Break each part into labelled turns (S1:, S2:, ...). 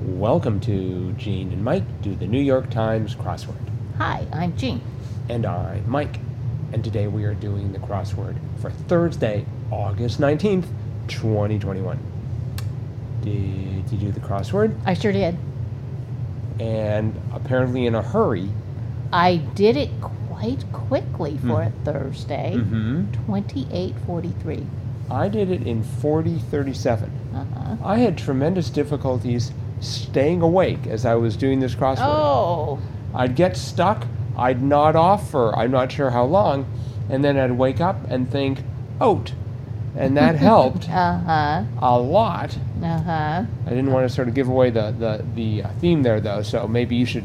S1: Welcome to Gene and Mike do the New York Times crossword.
S2: Hi, I'm Jean.
S1: And I, Mike. And today we are doing the crossword for Thursday, August 19th, 2021. Did you do the crossword?
S2: I sure did.
S1: And apparently, in a hurry.
S2: I did it quite quickly for
S1: Hmm.
S2: a Thursday.
S1: Mm-hmm.
S2: 2843.
S1: I did it in 4037.
S2: Uh-huh.
S1: I had tremendous difficulties staying awake as I was doing this crossword.
S2: Oh,
S1: I'd get stuck, I'd nod off for I'm not sure how long, and then I'd wake up and think, oat. And that helped
S2: uh-huh,
S1: a lot.
S2: uh-huh.
S1: I didn't want to sort of give away the, the, the uh, theme there, though, so maybe you should,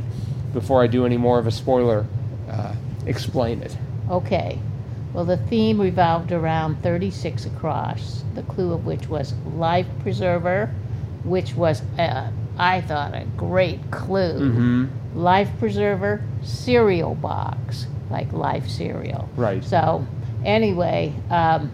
S1: before I do any more of a spoiler, uh, explain it.
S2: Okay. Well, the theme revolved around 36 across, the clue of which was life preserver, which was, uh, I thought, a great clue.
S1: Mm-hmm.
S2: Life preserver, cereal box, like life cereal.
S1: Right.
S2: So, anyway, um,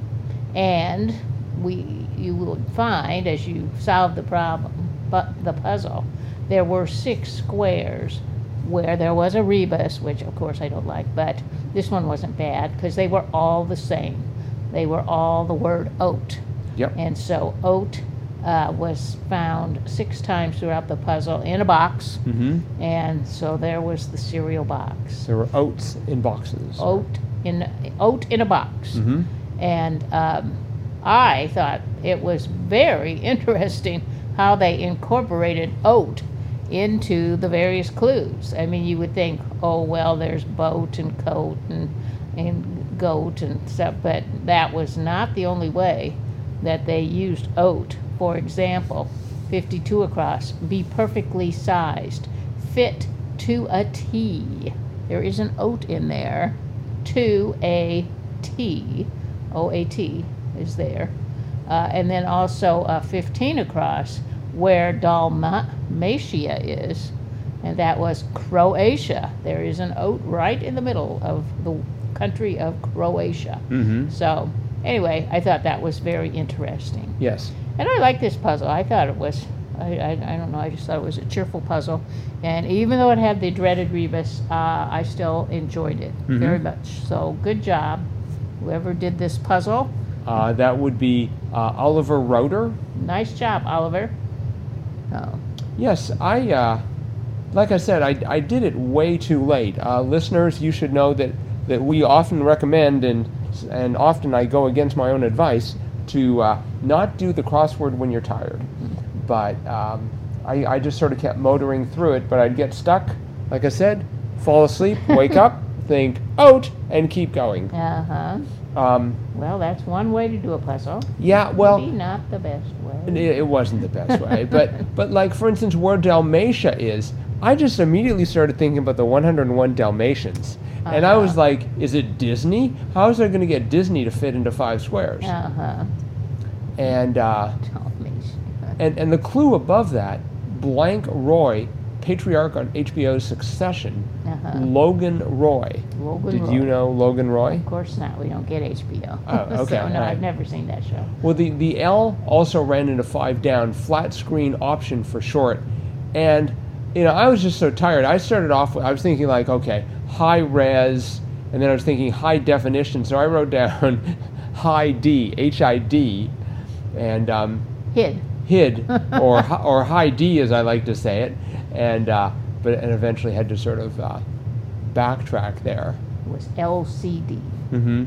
S2: and we you will find as you solve the problem, but the puzzle, there were six squares where there was a rebus, which of course I don't like, but this one wasn't bad because they were all the same. They were all the word oat.
S1: Yep.
S2: And so oat uh, was found six times throughout the puzzle in a box.
S1: Mm-hmm.
S2: And so there was the cereal box.
S1: There were oats in boxes.
S2: Oat in oat in a box.
S1: Mm-hmm.
S2: And um, I thought it was very interesting how they incorporated oat into the various clues. I mean, you would think, oh, well, there's boat and coat and, and goat and stuff, but that was not the only way that they used oat. For example, 52 across, be perfectly sized, fit to a T. There is an oat in there. To a T, O A T is there. Uh, and then also uh, 15 across, where Dalmatia is, and that was Croatia. There is an oat right in the middle of the country of Croatia.
S1: Mm-hmm.
S2: So, anyway, I thought that was very interesting.
S1: Yes.
S2: And I like this puzzle. I thought it was, I, I, I don't know, I just thought it was a cheerful puzzle. And even though it had the dreaded rebus, uh, I still enjoyed it very
S1: Mhm.
S2: much. So, good job, whoever did this puzzle.
S1: Uh, that would be uh, Oliver Roeder.
S2: Nice job, Oliver. Oh,
S1: Yes, I, uh, like I said, I, I did it way too late. Uh, listeners, you should know that, that we often recommend, and, and often I go against my own advice, to uh, not do the crossword when you're tired. But um, I, I just sort of kept motoring through it, but I'd get stuck, like I said, fall asleep, wake up, think, out, and keep going.
S2: uh huh.
S1: Um,
S2: Well, that's one way to do a puzzle.
S1: yeah, well.
S2: Maybe not the best
S1: It,
S2: way.
S1: it wasn't the best way, but but like for instance, where Dalmatia is, I just immediately started thinking about the 101 Dalmatians, and I was
S2: Uh-huh.
S1: like, is it Disney? How is I going to get Disney to fit into five squares?
S2: Uh huh.
S1: And uh,
S2: Dalmatia.
S1: and and the clue above that, blank Roy, patriarch on HBO's Succession,
S2: Uh-huh.
S1: Logan Roy.
S2: Logan
S1: Did
S2: Roy.
S1: you know Logan Roy?
S2: Of course not. We don't get HBO.
S1: Oh, okay,
S2: so, no,
S1: all right.
S2: I've never seen that show.
S1: Well, the, the L also ran into five down, flat screen option for short. And, you know, I was just so tired. I started off, with, I was thinking, like, okay, high res, and then I was thinking high definition. So I wrote down high D, H I D, and um,
S2: Hid.
S1: HID, or, hi- or high D as I like to say it. And, uh, but, and eventually had to sort of uh, backtrack there.
S2: was LCD.
S1: hmm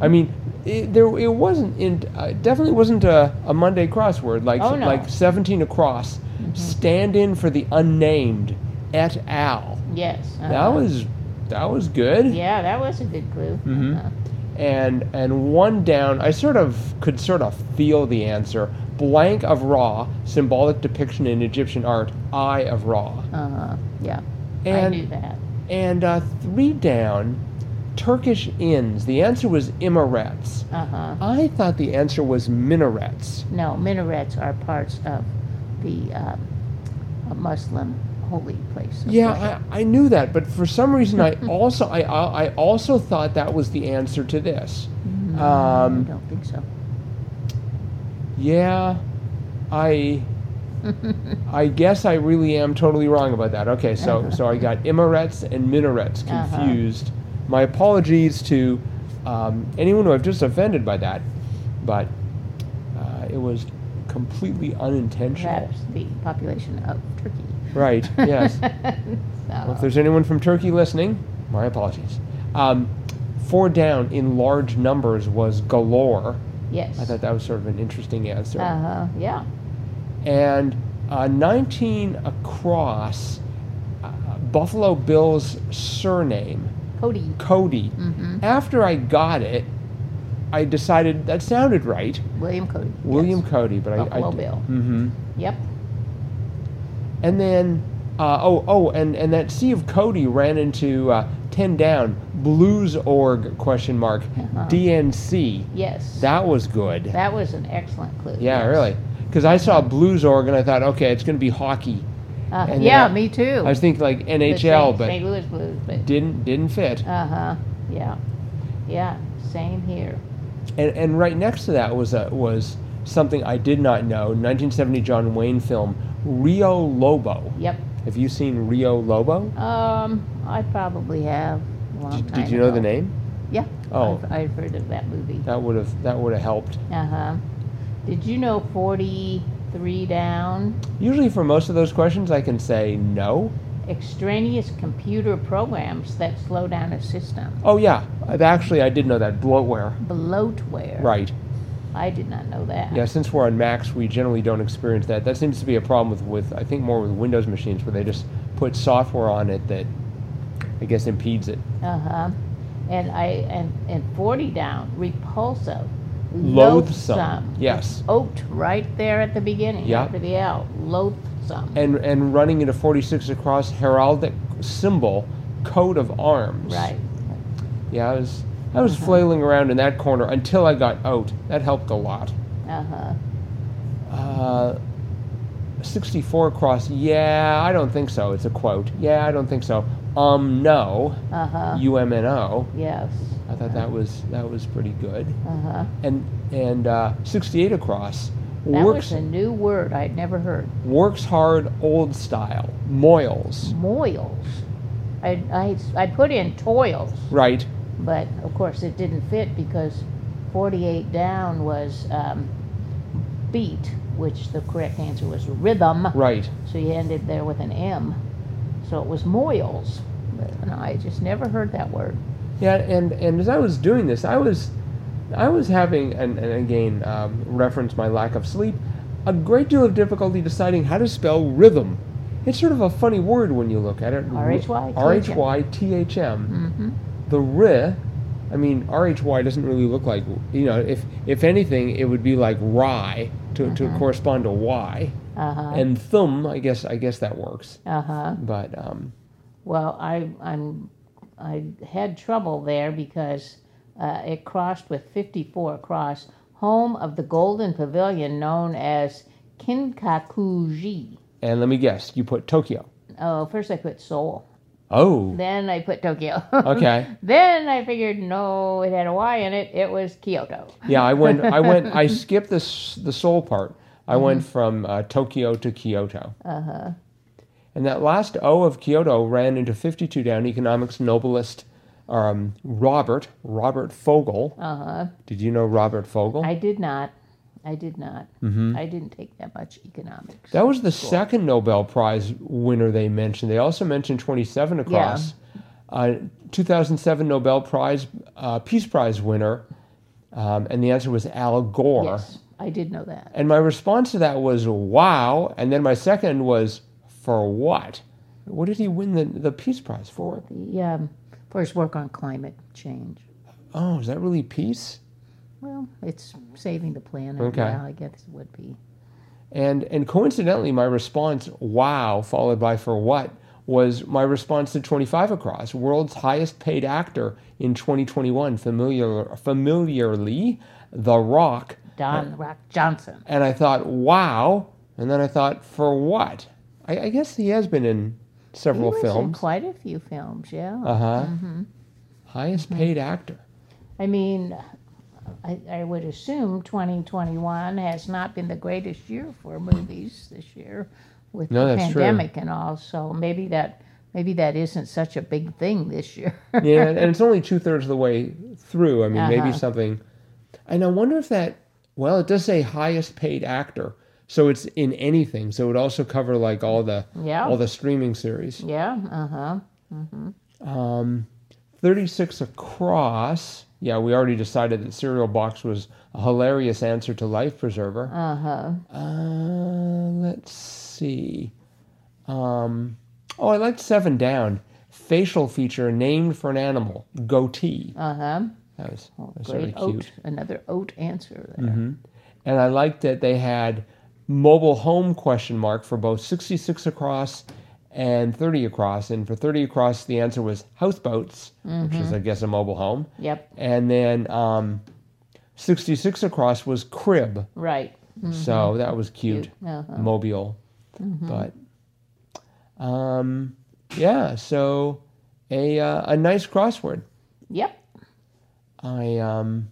S1: I mean, it, there it wasn't in uh, it definitely wasn't a, a Monday crossword like
S2: Oh, no. Mm-hmm.
S1: like seventeen across. Stand in for the unnamed et al.
S2: Yes.
S1: That
S2: uh-huh.
S1: was that was good.
S2: Yeah, that was a good clue.
S1: Mhm.
S2: Uh-huh.
S1: And and one down. I sort of could sort of feel the answer. Blank of Ra, symbolic depiction in Egyptian art. Eye of Ra.
S2: Uh-huh. Yeah.
S1: And-
S2: I knew that.
S1: And uh, three down. Turkish inns. The answer was Emirates.
S2: Uh huh.
S1: I thought the answer was minarets.
S2: No, minarets are parts of the um, uh, Muslim holy place. of worship.
S1: Yeah, I, I knew that, but for some reason, I also I, I I also thought that was the answer to this.
S2: Mm, I
S1: Um,
S2: don't think so.
S1: yeah, I I guess I really am totally wrong about that. Okay, so so I got imarets and minarets
S2: Uh-huh.
S1: confused. My apologies to um, anyone who I've just offended by that, but uh, it was completely unintentional.
S2: That's the population of Turkey.
S1: Right? Yes. Well, if
S2: so,
S1: there's anyone from Turkey listening, my apologies. Um, four down in large numbers was galore.
S2: yes.
S1: I thought that was sort of an interesting answer.
S2: Uh-huh, yeah.
S1: And uh, 19 across, uh, Buffalo Bill's surname,
S2: Cody.
S1: Cody.
S2: Mm-hmm.
S1: After I got it, I decided that sounded right,
S2: William Cody.
S1: William
S2: yes.
S1: Cody. But I,
S2: Buffalo
S1: I
S2: Bill.
S1: hmm
S2: Yep.
S1: And then, uh, oh, oh, and, and that Sea of Cody ran into uh, 10 down, Blues Org, question mark,
S2: Uh-huh.
S1: DNC.
S2: Yes.
S1: That was good.
S2: That was an excellent clue.
S1: yeah,
S2: yes.
S1: really. Because I saw Blues Org and I thought, okay, it's going to be hockey.
S2: Uh,
S1: And
S2: yeah,
S1: then I-
S2: me too.
S1: I was thinking like
S2: The
S1: NHL,
S2: St.
S1: but
S2: St. Louis Blues, but
S1: didn't didn't fit.
S2: uh huh, yeah, yeah, same here.
S1: And and right next to that was a was something I did not know. 1970 John Wayne film Rio Lobo.
S2: Yep.
S1: Have you seen Rio Lobo?
S2: Um, I probably have a long
S1: Did,
S2: time.
S1: did you know the
S2: ago.
S1: name?
S2: Yeah.
S1: Oh.
S2: I've, I've heard of that movie.
S1: That would have that would have helped.
S2: Uh huh. Did you know Forty Three Down?
S1: Usually for most of those questions I can say no.
S2: Extraneous computer programs that slow down a system.
S1: Oh yeah, Uh, actually I did know that bloatware.
S2: Bloatware.
S1: Right.
S2: I did not know that.
S1: Yeah, since we're on Macs, we generally don't experience that. That seems to be a problem with, with I think more with Windows machines where they just put software on it that I guess impedes it.
S2: Uh huh. And I and and forty down repulsive,
S1: Loathsome. Yes.
S2: Oaked right there at the beginning
S1: Yeah.
S2: after the L. Loathsome.
S1: and and running into 46 across heraldic symbol coat of arms
S2: right.
S1: yeah i was i was flailing around in that corner until i got out that helped a lot
S2: Uh huh.
S1: uh 64 across yeah i don't think so it's a quote yeah i don't think so um no
S2: Uh huh.
S1: umno
S2: Yes.
S1: i thought that was that was pretty good
S2: Uh huh.
S1: and and uh 68 across
S2: That
S1: works
S2: was a new word I'd never heard.
S1: works hard old style moils
S2: Moils. I, I, I put in toils,
S1: right
S2: but of course it didn't fit because 48 down was um, beat, which the correct answer was rhythm.
S1: right
S2: So you ended there with an M. So it was moils. But and I just never heard that word.
S1: Yeah, and and as I was doing this, I was, I was having, and, and again, um, reference my lack of sleep, a great deal of difficulty deciding how to spell rhythm. It's sort of a funny word when you look at it.
S2: R-H-Y,
S1: R H Y T H M.
S2: Mm-hmm.
S1: The r, I mean R H Y doesn't really look like you know. If if anything, it would be like rye to, to correspond to y.
S2: Uh-huh.
S1: And thumb, I guess I guess that works.
S2: Uh-huh.
S1: But um,
S2: Well, I I'm I had trouble there because uh, it crossed with 54 across, home of the golden pavilion known as Kinkakuji.
S1: and let me guess, you put Tokyo.
S2: Oh, first I put Seoul.
S1: Oh,
S2: Then I put Tokyo.
S1: okay.
S2: then I figured no, it had a Y in it. It was Kyoto.
S1: Yeah, I went. I went. I skipped the s- the Seoul part. I went from uh, Tokyo to Kyoto,
S2: Mm-hmm. Uh-huh.
S1: and that last O of Kyoto ran into fifty two down. Economics Nobelist um, Robert Robert Fogel.
S2: Uh-huh.
S1: Did you know Robert Fogel?
S2: I did not. I did not. I didn't take that much economics.
S1: Mm-hmm. that was the second Nobel Prize winner they mentioned. They also mentioned twenty seven across. Uh, 2007 Nobel Prize uh, Peace Prize winner, um, and the answer was Al Gore.
S2: yes, I did know that.
S1: And my response to that was, wow. And then my second was, for what? What did he win the, the Peace Prize for?
S2: The um, for his work on climate change.
S1: Oh, is that really peace?
S2: Well, it's saving the planet.
S1: Okay.
S2: Yeah, I guess it would be.
S1: And, and coincidentally, my response, wow, followed by for what, was my response to 25 Across, world's highest paid actor in 2021, familiar, familiarly, The Rock.
S2: Don
S1: Uh,
S2: Rock Johnson.
S1: And I thought, wow. And then I thought, for what? I, I guess he has been in
S2: He
S1: several
S2: was in
S1: films.
S2: quite a few films, yeah.
S1: Mm-hmm. Uh huh. Highest paid actor.
S2: I mean, I, I would assume 2021 has not been the greatest year for movies this year with
S1: No,
S2: the
S1: that's true.
S2: pandemic and all. So maybe that maybe that isn't such a big thing this year.
S1: yeah, and it's only two thirds of the way through. I mean, maybe
S2: Uh-huh.
S1: something. And I wonder if that. Well, it does say highest paid actor, so it's in anything. So it would also cover like all the
S2: Yeah.
S1: all the streaming series.
S2: yeah. Uh huh.
S1: Um, Thirty six across. Yeah, we already decided that cereal box was a hilarious answer to life preserver.
S2: Uh huh.
S1: Uh, let's see. Um, oh, I liked Seven Down. Facial feature named for an animal, goatee.
S2: Uh huh.
S1: That was, that was sort
S2: Great
S1: of
S2: Oh. oat.
S1: cute. Mm-hmm.
S2: Another oat answer there.
S1: And I liked that they had mobile home question mark for both 66 across and 30 across. And for 30 across, the answer was houseboats, which
S2: Mm-hmm.
S1: is, I guess, a mobile home.
S2: Yep.
S1: And then um, 66 across was crib.
S2: Right.
S1: So that was cute.
S2: Uh-huh.
S1: Mobile. But um, yeah, so a uh, a nice crossword.
S2: Yep.
S1: I um,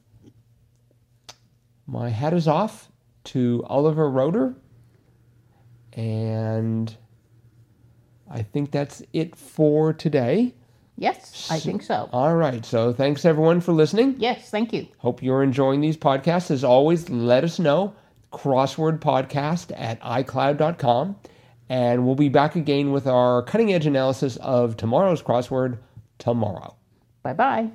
S1: my hat is off to Oliver Roeder, and I think that's it for today.
S2: Yes, I think so.
S1: All right, so thanks everyone for listening.
S2: Yes, thank you.
S1: Hope you're enjoying these podcasts. As always, let us know. Crossword podcast at iCloud.com. And we'll be back again with our cutting edge analysis of tomorrow's crossword tomorrow.
S2: Bye bye.